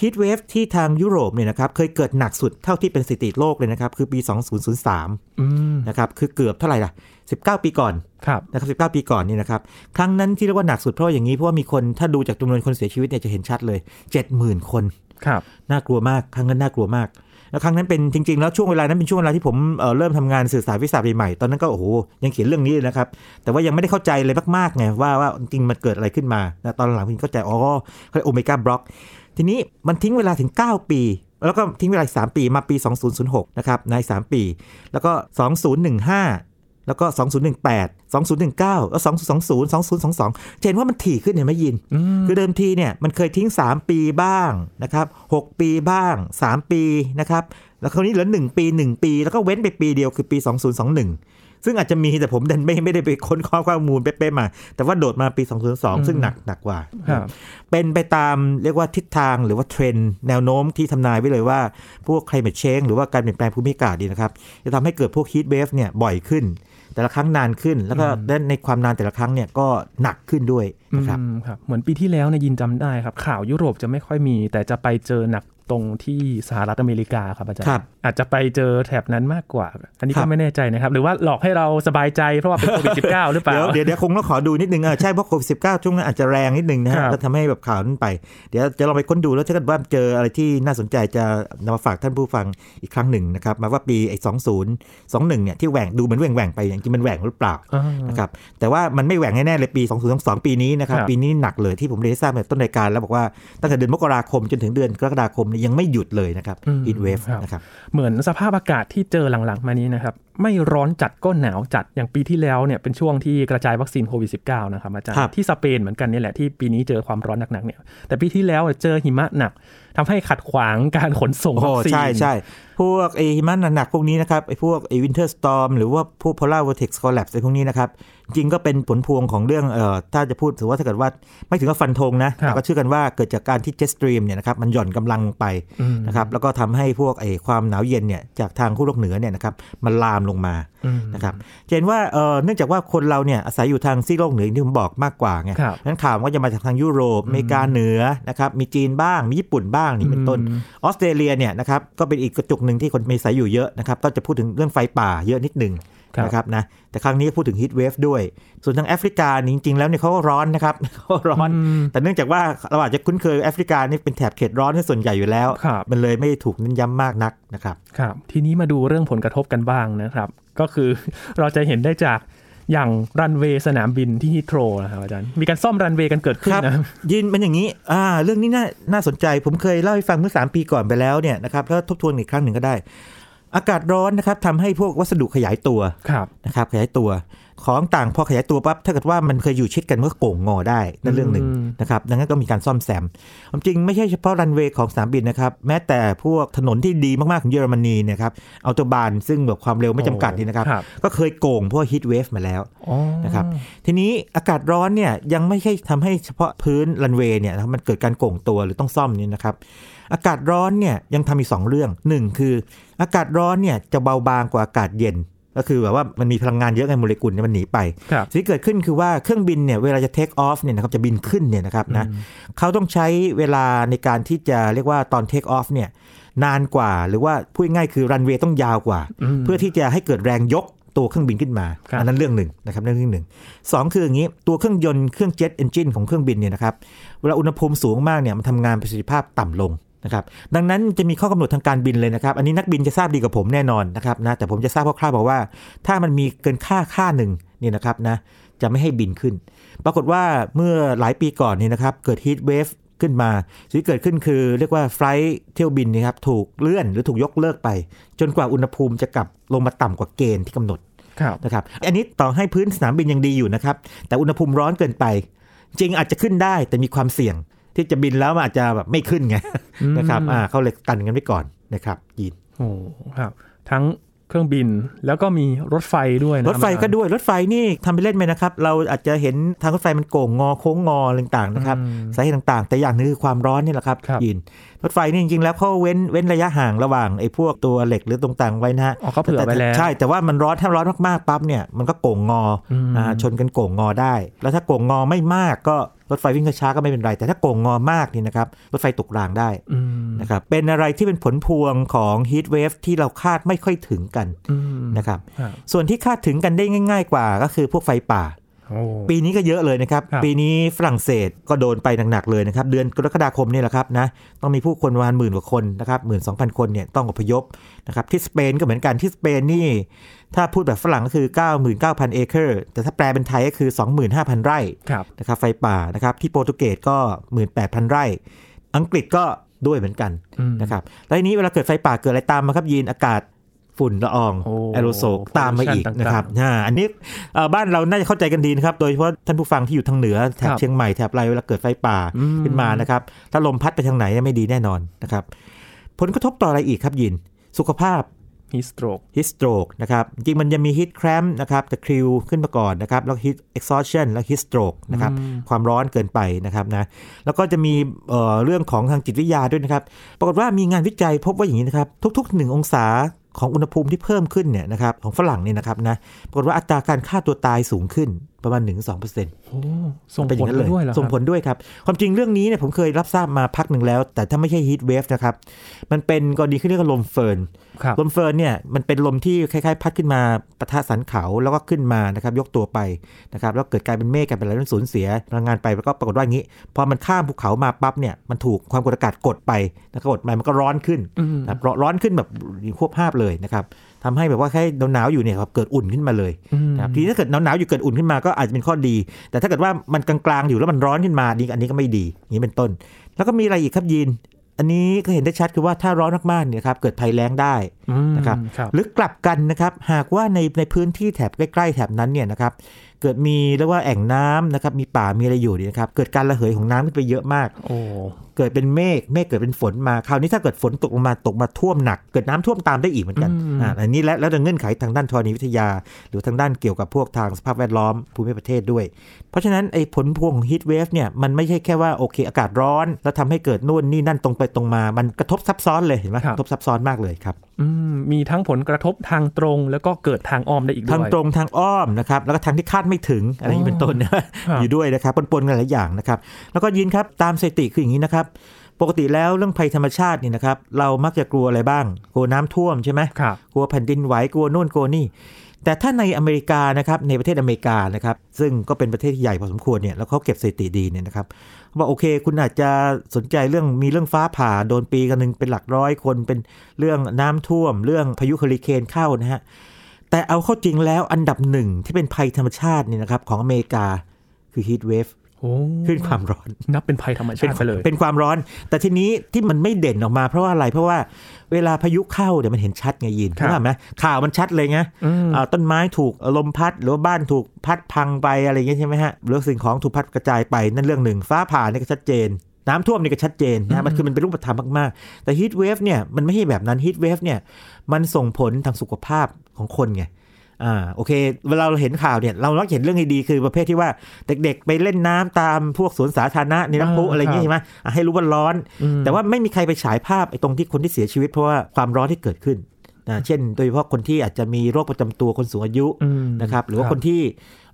Speaker 2: ฮีทเวฟที่ทางยุโรปเนี่ยนะครับเคยเกิดหนักสุดเท่าที่เป็นสถิติโลกเลยนะครับ คือปี 2003
Speaker 1: อืม
Speaker 2: นะครับคือเกือบเท่าไหร่ล่ะ 19 ปีก่อน
Speaker 1: ครับ
Speaker 2: นะครับ19 ปีก่อนนี่นะครับครั้งนั้นที่เรียกว่าหนักสุดเพราะอย่างนี้เพราะว่ามีคนถ้าดูจากจำนวนคนเสียชีวิตเนี่ยจะเห็นชัดเลย 70,000 คน
Speaker 1: ครับ
Speaker 2: น่ากลัวมาก ครั้งนั้นน่ากลัวมาก แล้วครั้งนั้นเป็นจริง ๆ แล้วช่วงเวลานั้นเป็นช่วงเวลาที่ผมเอ่อเริ่มทำงานสื่อสารวิสาใหม่ๆตอนนั้นก็โอ้โหยังเขียนเรื่องนี้เลยนะครับ แต่ว่ายังไม่ได้เข้าใจเลยมากๆไงว่าว่าจริงๆมันเกิดอะไรขึ้นมานะตอนหลังผมเข้าใจอ๋อเขาเรียกโอเมก้าบล็อก ทีนี้มันทิ้งเวลาถึง 9 ปี แล้วก็ทิ้งเวลาอีก3ปีมาปี 2006 นะครับใน 3 ปี แล้วก็ 2015 แล้วก็ 2018 2019 แล้ว 2020 2022 เห็นว่ามันถี่ขึ้นเห็นไหมยิน
Speaker 1: อืม
Speaker 2: คือเดิมทีเนี่ยมันเคยทิ้ง 3 ปีบ้างนะครับ6ปีบ้าง 3 ปีนะครับแล้วคราวนี้เหลือ 1 ปี 1 ปี แล้วก็เว้นไปปีเดียวคือปี 2021 ซึ่งอาจจะมีแต่ผมดันไม่ไม่ได้ไปค้นคว้าข้อมูลเป๊ะๆมา แต่ว่าโดดมาปี 2002 ซึ่งหนักหนักกว่า
Speaker 1: ครับ
Speaker 2: เป็นไปตามเรียกว่าทิศทางหรือว่าเทรนด์แนวโน้มที่ทำนายไว้เลยว่า พวก climate change หรือว่าการเปลี่ยนแปลงภูมิอากาศดีนะครับ จะทำให้เกิดพวก heat wave เนี่ยบ่อยขึ้น แต่ละครั้งนานขึ้น แล้วก็ในความนานแต่ละครั้งเนี่ยก็หนักขึ้นด้วยนะครับ
Speaker 1: อืมครับ เหมือนปีที่แล้วเนี่ยยินจำได้ครับ ข่าวยุโรปจะไม่ค่อยมี แต่จะไปเจอหนักตรงที่สหรัฐอเมริกาครับอาจารย์
Speaker 2: ครับ
Speaker 1: อาจจะไปเจอแถบนั้นมากกว่า อันนี้
Speaker 2: ครั
Speaker 1: ก็
Speaker 2: บ
Speaker 1: ไม่แน่ใจนะครับ หรือว่าหลอกให้เราสบายใจเพราะว่าเป็นโควิด -19 หรือเปล่า
Speaker 2: เดี๋ยวเดี๋ยวเดี๋ยวคงต้องขอดูนิดนึงเออใช่เพราะโควิดสิช่วงนั้นอาจจะแรงนิดนึงนะ
Speaker 1: ครั
Speaker 2: ฮะ
Speaker 1: บ
Speaker 2: ก็ทำให้แบบข่าวนั้นไป เดี๋ยวจะลองไปค้นดูแล้วถ้าเกิดว่าเจออะไรที่น่าสนใจจะนำมาฝากท่านผู้ฟังอีกครั้งหนึ่งนะครับมาว่าปีไอ้สองศูนย์สองหนึ่งเนี่ยที่แหว่งดูเหมือนแหว่งแหว่งๆไปจริงๆมันแหว่งหรือเปล่า
Speaker 1: อ่า
Speaker 2: นะครับแต่ว่ามันไม่แหว่งแน่ๆเลยปี 2022 ปีนี้นะครับ
Speaker 1: ครับ
Speaker 2: ปีนี้หนักเลยที่ผมเรียนให้ทราบในต้นรายการแล้วบอกว่าตั้งแต่เดือนมกราคมจนถึงเดือนกรกฎาคมเนี่ยยังไม่หยุดเลยนะครับฮีทเวฟนะครับ
Speaker 1: เหมือนสภาพอากาศที่เจอหลังๆ มานี้นะครับ ไม่ร้อนจัดก็หนาวจัดอย่างปีที่แล้วเนี่ยเป็นช่วงที่กระจายวัคซีนโควิด -19 นะครับอาจาร
Speaker 2: ครับ
Speaker 1: ย์ที่สเปนเหมือนกันนี่แหละที่ปีนี้เจอความร้อนหนักๆเนี่ยแต่ปีที่แล้วเจอหิมะหนักทำให้ขัดขวางการขนส่ง
Speaker 2: โอ้
Speaker 1: วัคซีน
Speaker 2: ใช่ใช่พวกไอหิมะหนักๆพวกนี้นะครับไอพวกไอวินเทอร์สตอมหรือว่าพวก polar vortex collapse ไอพวกนี้นะครับ จริงก็เป็นผลพวงของเรื่องเอ่อถ้าจะพูดถือว่าถ้าเกิดว่าไม่ถึงกับฟันธงนะครับ แต่ก็เชื่อกันว่าเกิดจากการที่ jet stream เนี่ยนะครับมันหย่อนกำลังลงไปนะครับแล้วก็ทำให้พวกไอความหนาวเย็นเนี่ยจากทางขั้วโลกเหนือเนี่ยนะครับมันลามลงมา
Speaker 1: อืม
Speaker 2: นะครับจะเห็นว่าเอ่อเนื่องจากว่าคนเราเนี่ยอาศัยอยู่ทางซีกโลกเหนืออย่างที่ผมบอกมากกว่าไง
Speaker 1: ครับ
Speaker 2: งั้นข่าวมันก็จะมาจากทางยุโรปอเมริกาเหนือนะครับมีจีนบ้างมีญี่ปุ่นบ้างนี่เป็นต้น
Speaker 1: อืม
Speaker 2: ออสเตรเลียเนี่ยนะครับก็เป็นอีกกระจุกหนึ่งที่คนมีอาศัยอยู่เยอะนะครับก็จะพูดถึงเรื่องไฟป่าเยอะนิดหนึ่งนะครับนะแต่ครั้งนี้ก็พูดถึงฮิทเวฟด้วย ส่วนทางแอฟริกานี่จริง ๆ แล้วเนี่ยเขาก็ร้อนนะครับ *laughs* เขาร้อน แต่เนื่องจากว่าเราอาจจะคุ้นเคยแอฟริกานี่เป็นแถบเขตร้อนที่ส่วนใหญ่อยู่แล้ว
Speaker 1: ครับ
Speaker 2: มันเลยไม่ถูกเน้นย้ำมากนักนะครับ
Speaker 1: ครับทีนี้มาดูเรื่องผลกระทบกันบ้างนะครับ ก็คือ *laughs* เราจะเห็นได้จากอย่างรันเวย์สนามบินที่ฮิโตรนะครับอาจารย์ มีการซ่อมรันเวย์กันเกิดขึ้นนะ
Speaker 2: ยินมันอย่างนี้อ่าเรื่องนี้น่าน่าสนใจ ผมเคยเล่าให้ฟังเมื่อ 3 ปีก่อนไปแล้วเนี่ยนะครับแล้วทบทวนอีกครั้งหนึ่งก็ได้ อากาศร้อนนะครับทำให้พวกวัสดุขยายตัว
Speaker 1: ครับ
Speaker 2: นะครับขยายตัว ของต่างพอขยายตัวปั๊บถ้าเกิดว่ามันเคยอยู่ชิดกันก็โก่งงอได้นั่นเรื่องหนึ่ง
Speaker 1: อืม
Speaker 2: นะครับดังนั้นก็มีการซ่อมแซมความจริงไม่ใช่เฉพาะรันเวย์ของสนามบินนะครับแม้แต่พวกถนนที่ดีมากๆของเยอรมนีเนะครับเอาตัวบานซึ่งแบบความเร็วไม่จำกัดนี่นะครับ
Speaker 1: ครับ
Speaker 2: ก็เคยโก่งพวกฮิทเวฟมาแล้ว
Speaker 1: อ๋อ
Speaker 2: นะครับทีนี้อากาศร้อนเนี่ยยังไม่ใช่ทำให้เฉพาะพื้นรันเวย์เนี่ยนะครับมันเกิดการโก่งตัวหรือต้องซ่อมนี่นะครับ อากาศร้อนเนี่ยยังทำอีกสองเรื่องหนึ่งคือ อากาศร้อนเนี่ยจะเบาบางกว่าอากาศเย็น ก็คือแบบว่ามันมีพลังงานเยอะไงโมเลกุลเนี่ยมันหนีไป
Speaker 1: ครับ
Speaker 2: สิ่งที่เกิดขึ้นคือว่าเครื่องบินเนี่ยเวลาจะเทคออฟเนี่ยนะครับจะบินขึ้นเนี่ยนะครับนะเขาต้องใช้เวลาในการที่จะเรียกว่าตอนเทคออฟเนี่ยนานกว่าหรือว่าพูดง่ายๆคือรันเวย์ต้องยาวกว่า
Speaker 1: ม
Speaker 2: เพื่อที่จะให้เกิดแรงยกตัวเครื่องบินขึ้นมา
Speaker 1: ครับ
Speaker 2: อันนั้นเรื่องหนึ่งนะครับนั่นเรื่องหนึ่งสองคืออย่างนี้ตัวเครื่องยนต์เครื่องเจ็ตเอนจินของเครื่องบินเนี่ยนะครับ เวลาอุณหภูมิสูงมากเนี่ยมันทำงานประสิทธิภาพต่ำลง นะครับดังนั้นจะมีข้อกำหนดทางการบินเลยนะครับ อันนี้นักบินจะทราบดีกว่าผมแน่นอนนะครับนะแต่ผมจะทราบคร่าวๆบอกว่า ถ้ามันมีเกินค่าค่าหนึ่งเนี่ยนะครับนะจะไม่ให้บินขึ้น ปรากฏว่าเมื่อหลายปีก่อนเนี่ยนะครับเกิดฮีทเวฟขึ้นมาสิ่งที่เกิดขึ้นคือเรียกว่าไฟล์เที่ยวบินนะครับถูกเลื่อนหรือถูกยกเลิกไป จนกว่าอุณหภูมิจะกลับลงมาต่ำกว่าเกณฑ์ที่กำหนด
Speaker 1: ครับ
Speaker 2: นะครับอันนี้ต่อให้พื้นสนามบินยังดีอยู่นะครับ แต่อุณหภูมิร้อนเกินไป จริงอาจจะขึ้นได้แต่มีความเสี่ยง ที่จะบินแล้วมันอาจจะแบบไม่ขึ้นไงนะครับอ่าเขาเลยกันกันไว้ก่อนนะครับยีน
Speaker 1: โอ้ครับ ทั้งเครื่องบินแล้วก็มีรถไฟด้วยนะ
Speaker 2: รถไฟก็
Speaker 1: อาจาย์
Speaker 2: ด้วยรถไฟนี่ทำไปเล่นไปนะครับ เราอาจจะเห็นทางรถไฟมันโก่งงอโค้งงออะไรต่างๆนะครับ
Speaker 1: อืม
Speaker 2: สาเหตุต่างๆ แต่อย่างหนึงคือความร้อนนี่แหละครับ
Speaker 1: ครับ
Speaker 2: ยีนรถไฟนี่จริงๆแล้วเขาเว้นเว้นระยะห่างระหว่างไอ้พวกตัวเหล็กหรือตรงต่างไว้นะฮะ
Speaker 1: อ๋อเขาเผื่อไปแล้ว
Speaker 2: ใช่แต่ว่ามันร้อนถ้าร้อนมากๆปั๊บเนี่ยมันก็โก่งงออ
Speaker 1: ม
Speaker 2: อ่าชนกันโก่งงอได้ แล้วถ้าโก่งงอไม่มากก็รถไฟวิ่งช้าๆก็ไม่เป็นไร แต่ถ้าโก่งงอมากนี่นะครับรถไฟตกรางได้
Speaker 1: อืม
Speaker 2: นะครับเป็นอะไรที่เป็นผลพวงของฮีทเวฟที่เราคาดไม่ค่อยถึงกัน
Speaker 1: อืม
Speaker 2: นะครับ
Speaker 1: ครับ
Speaker 2: ส่วนที่คาดถึงกันได้ง่าย ๆ กว่าก็คือพวกไฟป่า
Speaker 1: โอ้
Speaker 2: ปีนี้ก็เยอะเลยนะครับ
Speaker 1: ครับ
Speaker 2: ปีนี้ฝรั่งเศสก็โดนไปหนักๆเลยนะครับ เดือนกรกฎาคมเนี่ยแหละครับนะ ต้องมีผู้คนประมาณหมื่นกว่าคนนะครับหมื่นสองพันคนเนี่ยต้องอพยพนะครับ ที่สเปนก็เหมือนกันที่สเปนนี่ ถ้าพูดแบบฝรั่งก็คือ 99,000 เอเคอร์ แต่ถ้าแปลเป็นไทยก็คือ 25,000 ไร่
Speaker 1: ครับ
Speaker 2: นะครับไฟป่านะครับ ที่โปรตุเกสก็ 18,000 ไร่ อังกฤษก็ด้วยเหมือนกัน
Speaker 1: อืม
Speaker 2: นะครับแล้วทีนี้เวลาเกิดไฟป่าเกิดอะไรตามมาครับยีนอากาศฝุ่นละออง
Speaker 1: โอ้
Speaker 2: แอโรโซลตามมาอีก
Speaker 1: pollution
Speaker 2: นะครับ อ่าอันนี้เอ่อบ้านเราน่าจะเข้าใจกันดีนะครับ โดยเฉพาะท่านผู้ฟังที่อยู่ทางเหนือแถบ
Speaker 1: ครับ
Speaker 2: เชียงใหม่แถบอะไรเวลาเกิดไฟป่า
Speaker 1: อืม
Speaker 2: ขึ้นมานะครับ ถ้าลมพัดไปทางไหนเนี่ยไม่ดีแน่นอนนะครับ ผลกระทบต่ออะไรอีกครับยิน สุขภาพ
Speaker 1: ฮิสโตรก
Speaker 2: ฮิสโตรกนะครับ จริงมันจะมีฮิตแครมนะครับตะคริวขึ้นมาก่อนนะครับ แล้วฮิตเอ็กซอร์ชันแล้วฮิสโตรกนะครับ
Speaker 1: อืม
Speaker 2: ความร้อนเกินไปนะครับนะ แล้วก็จะมีเอ่อเรื่องของทางจิตวิทยาด้วยนะครับ ปรากฏว่ามีงานวิจัยพบว่าอย่างนี้นะครับ ทุกๆ 1 องศาของอุณหภูมิที่เพิ่มขึ้นเนี่ยนะครับของฝรั่งเนี่ยนะครับนะ ปรากฏว่าอัตราการฆ่าตัวตายสูงขึ้นประมาณ 1-2%เปอร์เซ็นต์
Speaker 1: โอ้ส่ง
Speaker 2: เป็นอ
Speaker 1: ผล
Speaker 2: ย่างนั้นเลย
Speaker 1: ด้วยเหรอครับ
Speaker 2: ส่งผลด้วยครับ ความจริงเรื่องนี้เนี่ยผมเคยรับทราบมาพักหนึ่งแล้ว แต่ถ้าไม่ใช่ฮีทเวฟนะครับ มันเป็นกรณีที่เรียกว่าลมเฟิร์น
Speaker 1: ครับ
Speaker 2: ลมเฟิร์นเนี่ยมันเป็นลมที่คล้ายๆ พัดขึ้นมาปะทะสันเขาแล้วก็ขึ้นมานะครับยกตัวไปนะครับแล้วเกิดกลายเป็นเมฆกลายเป็นอะไรมันสูญเสียพลังงานไปแล้วก็ปรากฏว่าอย่างนี้พอมันข้ามภูเขามาปั๊บเนี่ยมันถูกความกดอากาศกดไปนะกดไปมันก็ร้อนขึ้น
Speaker 1: อืม
Speaker 2: นะครับร้อนร้อนขึ้นแบบควบภาพเลยนะครับทำให้แบบว่าแค่หนาวๆอยู่เนี่ยครับเกิดอุ่นขึ้นมาเลย
Speaker 1: อืม
Speaker 2: นะครับทีนี้ถ้าเกิดหนาวๆอยู่เกิดอุ่นขึ้นมาก็อาจจะเป็นข้อดี แต่ถ้าเกิดว่ามันกลางๆอยู่แล้วมันร้อนขึ้นมาดีอันนี้ก็ไม่ดีอย่างนี้เป็นต้น แล้วก็มีอะไรอีกครับยีน อันนี้ก็เห็นได้ชัดคือว่าถ้าร้อนมากๆเนี่ยครับเกิดภัยแล้งได้
Speaker 1: อืม
Speaker 2: นะครับ
Speaker 1: ครับ
Speaker 2: หรือกลับกันนะครับ หากว่าในในพื้นที่แถบใกล้ ๆ แถบนั้นเนี่ยนะครับ เกิดมีเรียกว่าแอ่งน้ำนะครับ มีป่ามีอะไรอยู่เนี่ยนะครับ เกิดการระเหยของน้ำขึ้นไปเยอะมาก
Speaker 1: โอ้
Speaker 2: เกิดเป็นเมฆเมฆเกิดเป็นฝนมาคราวนี้ถ้าเกิดฝนตกลงมาตกมาท่วมหนัก เกิดน้ำท่วมตามได้อีกเหมือนกัน
Speaker 1: อืม
Speaker 2: อ่าอันนี้และแล้วแต่เงื่อนไขทางด้านธรณีวิทยา หรือทางด้านเกี่ยวกับพวกทางสภาพแวดล้อมภูมิประเทศด้วย เพราะฉะนั้นไอ้ผลพวงของฮีทเวฟเนี่ยมันไม่ใช่แค่ว่าโอเคอากาศร้อน แล้วทำให้เกิดนู่นนี่นั่นตรงไปตรงมา มันกระทบซับซ้อนเลยเห็นไหมกระทบซับซ้อนมากเลยครับ
Speaker 1: อืมมีทั้งผลกระทบทางตรงแล้วก็เกิดทางอ้อมได้อีกด้วย
Speaker 2: ทางตรงทางอ้อมนะครับแล้วก็ทางที่คาดไม่ถึงอะไรอย่างนี้เป็นต้นนะ *laughs* อยู่ด้วยนะครับปนๆกันหลายอย่างนะครับ แล้วก็ยินครับตามสถิติคืออย่างนี้นะครับ ปกติแล้วเรื่องภัยธรรมชาตินี่นะครับ เรามักจะกลัวอะไรบ้าง กลัวน้ำท่วมใช่ไหม
Speaker 1: ครับ
Speaker 2: กลัวแผ่นดินไหวกลัวโน่นกลัวนี่ แต่ถ้าในอเมริกานะครับในประเทศอเมริกานะครับ ซึ่งก็เป็นประเทศที่ใหญ่พอสมควรเนี่ยแล้วเขาเก็บสถิติดีเนี่ยนะครับเขาบอกโอเค คุณอาจจะสนใจเรื่องมีเรื่องฟ้าผ่าโดนปีกันหนึ่งเป็นหลักร้อยคน เป็นเรื่องน้ำท่วม เรื่องพายุเฮอริเคนเข้านะฮะ แต่เอาเข้าจริงแล้วอันดับหนึ่งที่เป็นภัยธรรมชาติเนี่ยนะครับของอเมริกาคือฮีทเวฟ
Speaker 1: โอ้
Speaker 2: ขึ้นความร้อน
Speaker 1: นับเป็นภัยธรรมชาติไปเลย
Speaker 2: เป็นความร้อน แต่ทีนี้ที่มันไม่เด่นออกมาเพราะว่าอะไร เพราะว่าเวลาพายุเข้าเดี๋ยวมันเห็นชัดไงยิน
Speaker 1: ครับ
Speaker 2: เข้าไหมข่าวมันชัดเลยไง
Speaker 1: อืม
Speaker 2: อ่าต้นไม้ถูกลมพัด หรือว่าบ้านถูกพัดพังไปอะไรอย่างเงี้ยใช่ไหมฮะหรือสิ่งของถูกพัดกระจายไปนั่นเรื่องหนึ่ง ฟ้าผ่านี่ก็ชัดเจน น้ำท่วมนี่ก็ชัดเจนนะมันคือมันเป็นรูปธรรมมากๆ แต่ฮีทเวฟเนี่ยมันไม่ใช่แบบนั้นฮีทเวฟเนี่ยมันส่งผลทางสุขภาพของคนไงอ่าโอเค เวลาเราเห็นข่าวเนี่ยเราต้องเห็นเรื่องดีๆคือประเภทที่ว่าเด็กๆ ไปเล่นน้ำตามพวกสวนสาธารณะในน้ำพุอะไรอย่างเงี้ยใช่ไหมอ่ะให้รู้ว่าร้อน
Speaker 1: อืม
Speaker 2: แต่ว่าไม่มีใครไปฉายภาพไอ้ตรงที่คนที่เสียชีวิตเพราะว่าความร้อนที่เกิดขึ้น นะเช่น โดยเฉพาะคนที่อาจจะมีโรคประจำตัวคนสูงอายุ
Speaker 1: อืม
Speaker 2: นะครับหรือว่า
Speaker 1: ครับ
Speaker 2: คนที่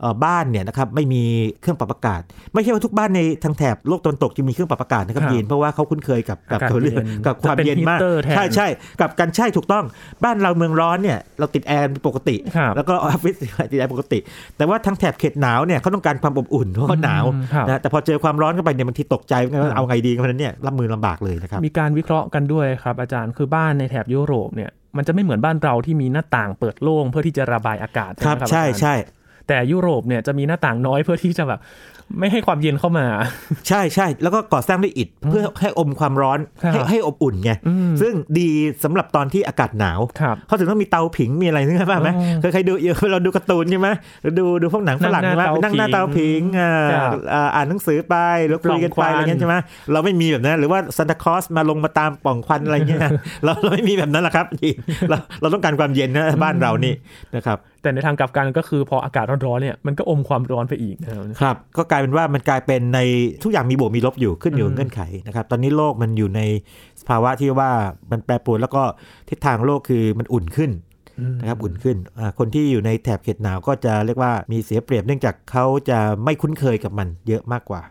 Speaker 2: เอ่อบ้านเนี่ยนะครับไม่มีเครื่องปรับอากาศ ไม่ใช่ว่าทุกบ้านในทางแถบโลกตะวันตกจะมีเครื่องปรับอากาศนะครับ
Speaker 1: ครับ
Speaker 2: ยีนเพราะว่าเขาคุ้นเคยกับกับ
Speaker 1: อากาศ
Speaker 2: ตัวเรื่อง
Speaker 1: เย็น
Speaker 2: กับความ
Speaker 1: จะเป็น
Speaker 2: เย็นมาก
Speaker 1: heater แทน
Speaker 2: ใช่ใช่กับการใช่ถูกต้องบ้านเราเมืองร้อนเนี่ยเราติดแอร์ปกติ
Speaker 1: ครับ
Speaker 2: แล้วก็ออฟฟิศ *laughs* ติดแอร์ปกติ แต่ว่าทางแถบเขตหนาวเนี่ยเขาต้องการความอบอุ่นเพราะเขาหนาว
Speaker 1: อืมครับ
Speaker 2: นะแต่พอเจอความร้อนเข้าไปเนี่ยบางทีตกใจว่าเอาไงดีกันนั้นเนี่ยรับมือลำบากเลยนะครับ
Speaker 1: มีการวิเคราะห์กันด้วยครับอาจารย์คือบ้านในแถบยุโรปเนี่ยมันจะไม่เหมือนบ้านเราที่มีหน้าต่างเปิดโล่งเพื่อที่จะระบายอากาศ
Speaker 2: ครับ
Speaker 1: ไหม
Speaker 2: ใช่
Speaker 1: อาจารย์
Speaker 2: ใช่
Speaker 1: แต่ยุโรปเนี่ยจะมีหน้าต่างน้อยเพื่อที่จะแบบไม่ให้ความเย็นเข้ามา
Speaker 2: ใช่ใช่แล้วก็ก่อสร้างด้วยอิฐเพื่อให้อมความร้อน
Speaker 1: ครับ
Speaker 2: ให้ให้อบอุ่นไง
Speaker 1: อืม
Speaker 2: ซึ่งดีสำหรับตอนที่อากาศหนาว
Speaker 1: ครับ
Speaker 2: เขาถึงต้องมีเตาผิงมีอะไรนึกภาพไหม
Speaker 1: อืม
Speaker 2: เคยใครดูเราดูการ์ตูนใช่ *laughs* ไหมหรือดูดูพวกหนังฝรั่ง
Speaker 1: นั่
Speaker 2: ใช่
Speaker 1: ง
Speaker 2: ไห
Speaker 1: ห
Speaker 2: ม
Speaker 1: น้า
Speaker 2: นั่งหน้าเตา
Speaker 1: เตาผิ
Speaker 2: ผิง
Speaker 1: ง
Speaker 2: อ่า
Speaker 1: ครับ
Speaker 2: อ่าอ่านหนังสือไปหรือคุยกันไป
Speaker 1: ปล่องควัน
Speaker 2: อะไรเงี้ยใช่ไหมเราไม่มีแบบนั้นหรือว่าซานตาคลอสมาลงมาตามปล่องควันอะไรเงี้ย *laughs* เราเราไม่มีแบบนั้นหรอกครับเราเราต้องการความเย็นนะบ้านเรานี่นะครับ
Speaker 1: แต่ในทางกลับกันก็คือพออากาศร้อนๆเนี่ยมันก็อมความร้อนไปอีกนะครับ
Speaker 2: ครับก็กลายเป็นว่ามันกลายเป็นในทุกอย่างมีบวกมีลบอยู่ขึ้นอยู่
Speaker 1: อืม
Speaker 2: เงื่อนไขนะครับตอนนี้โลกมันอยู่ในสภาวะที่ว่ามันแปรปรวนแล้วก็ทิศทางโลกคือมันอุ่นขึ้น
Speaker 1: อืม
Speaker 2: นะครับอุ่นขึ้นอ่าคนที่อยู่ในแถบเขตหนาวก็จะเรียกว่ามีเสียเปรียบเนื่องจากเขาจะไม่คุ้นเคยกับมันเยอะมากกว่า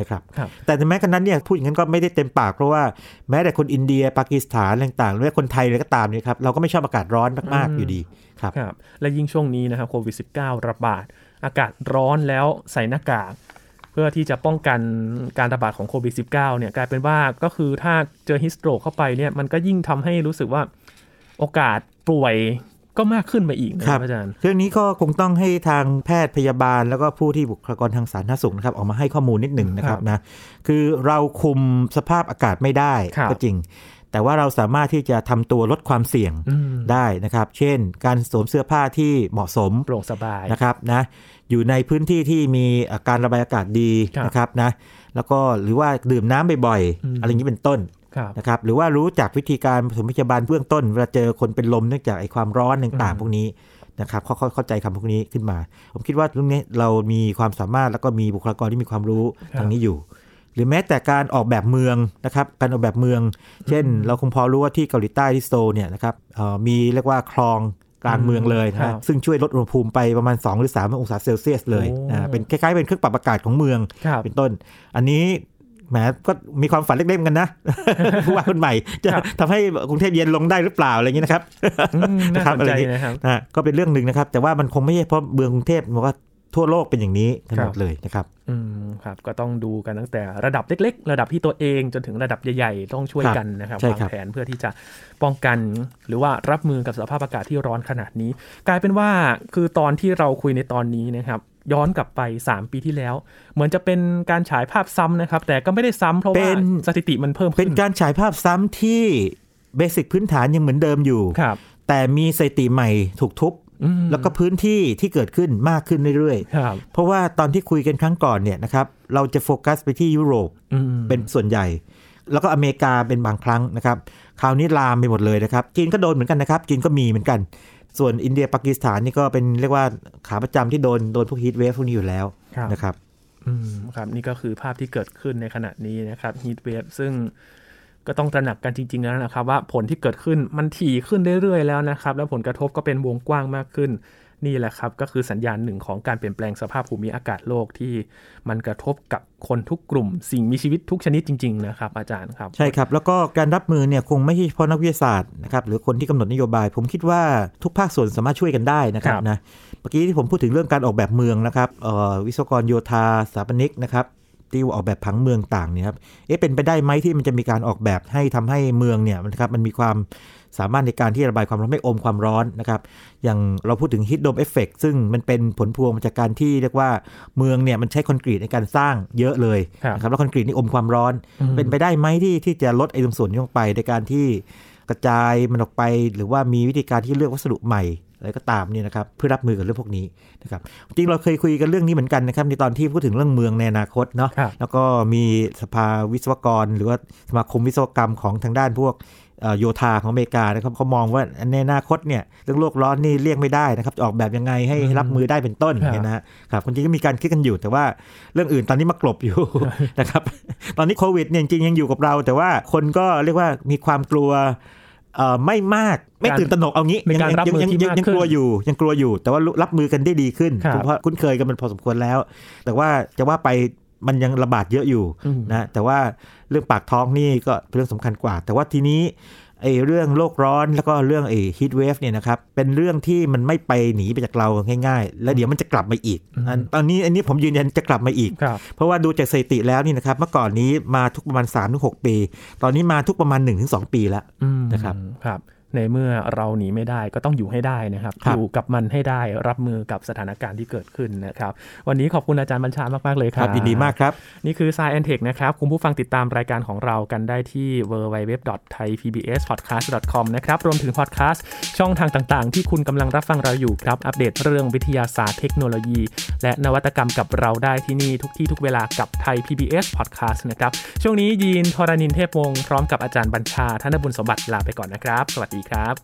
Speaker 2: นะครับ
Speaker 1: ครับ
Speaker 2: แต่ถึงแม้กันนั้นเนี่ยพูดอย่างนั้นก็ไม่ได้เต็มปากเพราะว่าแม้แต่คนอินเดียปากีสถานอะไรต่างๆหรือว่าคนไทยเลยก็ตามเนี่ยครับเราก็ไม่ชอบอากาศร้อนมากๆอยู่ดีครับ
Speaker 1: ครับและยิ่งช่วงนี้นะครับโควิด -19 ระบาด อากาศร้อนแล้วใส่หน้ากาก เพื่อที่จะป้องกันการระบาดของโควิด -19 เนี่ยกลายเป็นว่าก็คือถ้าเจอฮิสโตรกเข้าไปเนี่ยมันก็ยิ่งทำให้รู้สึกว่าโอกาสป่วยก็มากขึ้นไปอีกนะ
Speaker 2: ค
Speaker 1: ค
Speaker 2: รั
Speaker 1: รั
Speaker 2: บบ
Speaker 1: อาจารย์
Speaker 2: เรื่องนี้ก็คงต้องให้ทางแพทย์พยาบาล แล้วก็ผู้ที่บุคลากรทางสาธารณสุขนะครับออกมาให้ข้อมูลนิดหนึ่งนะครับนะคือเราคุมสภาพอากาศไม่ได้
Speaker 1: ครับ
Speaker 2: ก็จริง แต่ว่าเราสามารถที่จะทำตัวลดความเสี่ยง
Speaker 1: อืม
Speaker 2: ได้นะครับ เช่น การสวมเสื้อผ้าที่เหมาะสม
Speaker 1: โปร่งสบาย
Speaker 2: นะครับนะอยู่ในพื้นที่ที่มีอาการระบายอากาศดี
Speaker 1: ครับ
Speaker 2: นะครับนะแล้วก็หรือว่าดื่มน้ำบ่อยๆ อะไรอย่างนี้เป็นต้น
Speaker 1: ครับ
Speaker 2: นะครับหรือว่ารู้จักวิธีการผสมพยาบาลเบื้องต้นเวลาเจอคนเป็นลมเนื่องจากไอ้ความร้อนต่างๆพวกนี้นะครับเขาเขาเข้าใจคำพวกนี้ขึ้นมา ผมคิดว่าตรงนี้เรามีความสามารถแล้วก็มีบุคลากรที่มีความรู้
Speaker 1: ครับ
Speaker 2: ทางนี้อยู่ หรือแม้แต่การออกแบบเมืองนะครับการออกแบบเมือง เช่น เราคงพอรู้ว่าที่เกาหลีใต้ที่โซลเนี่ยนะครับเอ่อมีเรียกว่าคลองกลางเมืองเลยนะ
Speaker 1: ครั
Speaker 2: ฮะ
Speaker 1: บ
Speaker 2: ซึ่งช่วยลดอุณหภูมิไปประมาณ 2 หรือ 3 องศาเซลเซียสเลย
Speaker 1: โอ้
Speaker 2: นะเป็นคล้ายๆเป็นเครื่องปรับอากาศของเมือง
Speaker 1: ครับ
Speaker 2: เป็นต้น อันนี้แหมก็มีความฝันเล็กๆเหมือนกันนะ *laughs* ผู้ว่าคนใหม่จะ
Speaker 1: ครับ
Speaker 2: ทำให้กรุงเทพเย็นลงได้หรือเปล่าอะไรอย่างนี้นะครับ
Speaker 1: อืมน่า
Speaker 2: ครับ
Speaker 1: สน
Speaker 2: อะไร
Speaker 1: ใจ
Speaker 2: อย่างงี้
Speaker 1: นะครับ
Speaker 2: นะก็เป็นเรื่องหนึ่งนะครับ แต่ว่ามันคงไม่ใช่เพราะเมืองกรุงเทพมันว่าทั่วโลกเป็นอย่างนี้กันหม
Speaker 1: ครั
Speaker 2: ด
Speaker 1: บ
Speaker 2: เลยนะครับ
Speaker 1: อืมครับก็ต้องดูกันตั้งแต่ระดับเล็ก ๆ ระดับที่ตัวเองจนถึงระดับใหญ่ๆ ต้องช่วย
Speaker 2: ครับ
Speaker 1: กันนะครับ
Speaker 2: ใช่
Speaker 1: วาง
Speaker 2: ครับ
Speaker 1: แผนเพื่อที่จะป้องกัน หรือว่ารับมือกับสภาพอากาศที่ร้อนขนาดนี้ กลายเป็นว่าคือตอนที่เราคุยในตอนนี้นะครับ ย้อนกลับไป 3 ปีที่แล้ว เหมือนจะเป็นการฉายภาพซ้ำนะครับ แต่ก็ไม่ได้ซ้ำเพราะ
Speaker 2: เป็
Speaker 1: ว่าน สถิติมันเพิ่ม
Speaker 2: เป็
Speaker 1: ขึ้
Speaker 2: น
Speaker 1: น
Speaker 2: การฉายภาพซ้ำที่เบสิกพื้นฐานยังเหมือนเดิมอยู่
Speaker 1: ครับ
Speaker 2: แต่มีสถิติใหม่ถูกทุบ
Speaker 1: อืม
Speaker 2: แล้วก็พื้นที่ที่เกิดขึ้นมากขึ้นเรื่อย
Speaker 1: ครับ
Speaker 2: ๆ เพราะว่าตอนที่คุยกันครั้งก่อนเนี่ยนะครับเราจะโฟกัสไปที่ยุโรป
Speaker 1: อืม
Speaker 2: เป็นส่วนใหญ่ แล้วก็อเมริกาเป็นบางครั้งนะครับ คราวนี้ลามไปหมดเลยนะครับ จีนก็โดนเหมือนกันนะครับ จีนก็มีเหมือนกัน ส่วนอินเดียปากีสถานนี่ก็เป็นเรียกว่าขาประจำที่โดนโดนพวกฮีทเวฟพวกนี้อยู่แล้ว
Speaker 1: ครับ
Speaker 2: นะครับ
Speaker 1: อืมครับนี่ก็คือภาพที่เกิดขึ้นในขณะนี้นะครับฮีทเวฟซึ่งก็ต้องตระหนักกันจริง ๆ แล้วนะครับ ว่าผลที่เกิดขึ้นมันถี่ขึ้นเรื่อยๆแล้วนะครับ แล้วผลกระทบก็เป็นวงกว้างมากขึ้น นี่แหละครับ ก็คือสัญญาณหนึ่งของการเปลี่ยนแปลงสภาพภูมิอากาศโลกที่มันกระทบกับคนทุกกลุ่ม สิ่งมีชีวิตทุกชนิดจริง ๆ นะครับ อาจารย์ครับ
Speaker 2: ใช่ครับ แล้วก็การรับมือเนี่ยคงไม่ใช่เฉพาะนักวิทยาศาสตร์นะครับหรือคนที่กำหนดนโยบาย ผมคิดว่าทุกภาคส่วนสามารถช่วยกันได้นะครั
Speaker 1: ค
Speaker 2: บ
Speaker 1: รับ
Speaker 2: นะเมื่อกี้ที่ผมพูดถึงเรื่องการออกแบบเมืองนะครับเอ่อวิศวกรโยธาสถาปนิกนะครับที่ออกแบบผังเมืองต่างเนี่ยครับเอ๊ะเป็นไปได้ไหมที่มันจะมีการออกแบบให้ทำให้เมืองเนี่ยนะครับมันมีความสามารถในการที่ระบายความร้อนไม่อมความร้อนนะครับอย่างเราพูดถึงฮิตโดมเอฟเฟกซึ่งมันเป็นผลพวงมาจากการที่เรียกว่าเมืองเนี่ยมันใช้คอนกรีตในการสร้างเยอะเลย
Speaker 1: ครับ
Speaker 2: นะครับแล้วคอนกรีตนี่อมความร้อน
Speaker 1: อืม
Speaker 2: เป็นไปได้ไหมที่ที่จะลดไอ้ตรงส่วนนี้ลงไปในการที่กระจายมันออกไป หรือว่ามีวิธีการที่เลือกวัสดุใหม่อะไรก็ตามเนี่ยนะครับเพื่อรับมือกับเรื่องพวกนี้นะครับจริงเราเคยคุยกันเรื่องนี้เหมือนกันนะครับในตอนที่พูดถึงเรื่องเมืองในอนาคตเนาะ
Speaker 1: ครับ
Speaker 2: แล้วก็มีสภาวิศวกร หรือว่าสมาคมวิศวกรรมของทางด้านพวกเอ่อโยธาของอเมริกานะครับเขามองว่าในอนาคตเนี่ยเรื่องโลกร้อนนี่เลี่ยงไม่ได้นะครับจะออกแบบยังไงให้รับมือได้เป็นต้นเนี่ยนะฮะครับจริงๆก็มีการคิดกันอยู่แต่ว่าเรื่องอื่นตอนนี้มากลบ
Speaker 1: *laughs*
Speaker 2: อยู่ นะครับ ตอนนี้โควิดเนี่ยจริงๆยังอยู่กับเรา แต่ว่าคนก็เรียกว่ามีความกลัว เอ่อไม่มากไม่ตื่นตระหนกเอางี้
Speaker 1: เป็น
Speaker 2: ยั
Speaker 1: การรับมือ
Speaker 2: ยั
Speaker 1: ที่
Speaker 2: ยั
Speaker 1: มาก
Speaker 2: ยังกลัว
Speaker 1: ขึ้น
Speaker 2: อยู่ยังกลัวอยู่ แต่ว่ารับมือกันได้ดีขึ้น
Speaker 1: ครับ
Speaker 2: เพราะคุ้นเคยกันมันพอสมควรแล้ว แต่ว่าจะว่าไปมันยังระบาดเยอะอยู่
Speaker 1: อืม
Speaker 2: นะแต่ว่าเรื่องปากท้องนี่ก็เป็นเรื่องสำคัญกว่า แต่ว่าทีนี้ไอ้เรื่องโลกร้อนแล้วก็เรื่องไอ้ฮีทเวฟเนี่ยนะครับเป็นเรื่องที่มันไม่ไปหนีไปจากเราง่ายๆ แล้วเดี๋ยวมันจะกลับมาอีกอันตอนนี้อันนี้ผมยืนยันจะกลับมาอีก
Speaker 1: ครับ
Speaker 2: เพราะว่าดูจากสถิติแล้วนี่นะครับเมื่อก่อนนี้มาทุกประมาณ3-6ถึงปี ตอนนี้มาทุกประมาณ 1-2 ปีแล้ว
Speaker 1: อืม
Speaker 2: นะครับ
Speaker 1: ครับ ในเมื่อเราหนีไม่ได้ก็ต้องอยู่ให้ได้นะครับ
Speaker 2: ครับ
Speaker 1: อยู่กับมันให้ได้รับมือกับสถานการณ์ที่เกิดขึ้นนะครับ วันนี้ขอบคุณอาจารย์บัญชามาก ๆ เลยค
Speaker 2: ค
Speaker 1: รั
Speaker 2: รั
Speaker 1: บบ
Speaker 2: ยินดีมากครับ
Speaker 1: นี่คือ s ายแอนเทคนะครับ คุณผู้ฟังติดตามรายการของเรากันได้ที่ www.thaipbspodcast.com นะครับ รวมถึงพอดแคสต์ช่องทางต่าง ๆ ที่คุณกำลังรับฟังเราอยู่ครับ อัปเดตเรื่องวิทยาศาสตร์เทคโนโลยี และนวัตกรรมกับเราได้ที่นี่ทุกที่ทุกเวลากับไทย PBS Podcast นะครับ ช่วงนี้ยีนทรณินเทพวงศ์พร้อมกับอาจารย์บัญชาธนบุญสมบัติลาไปก่อนนะครับ สวัสดีครับ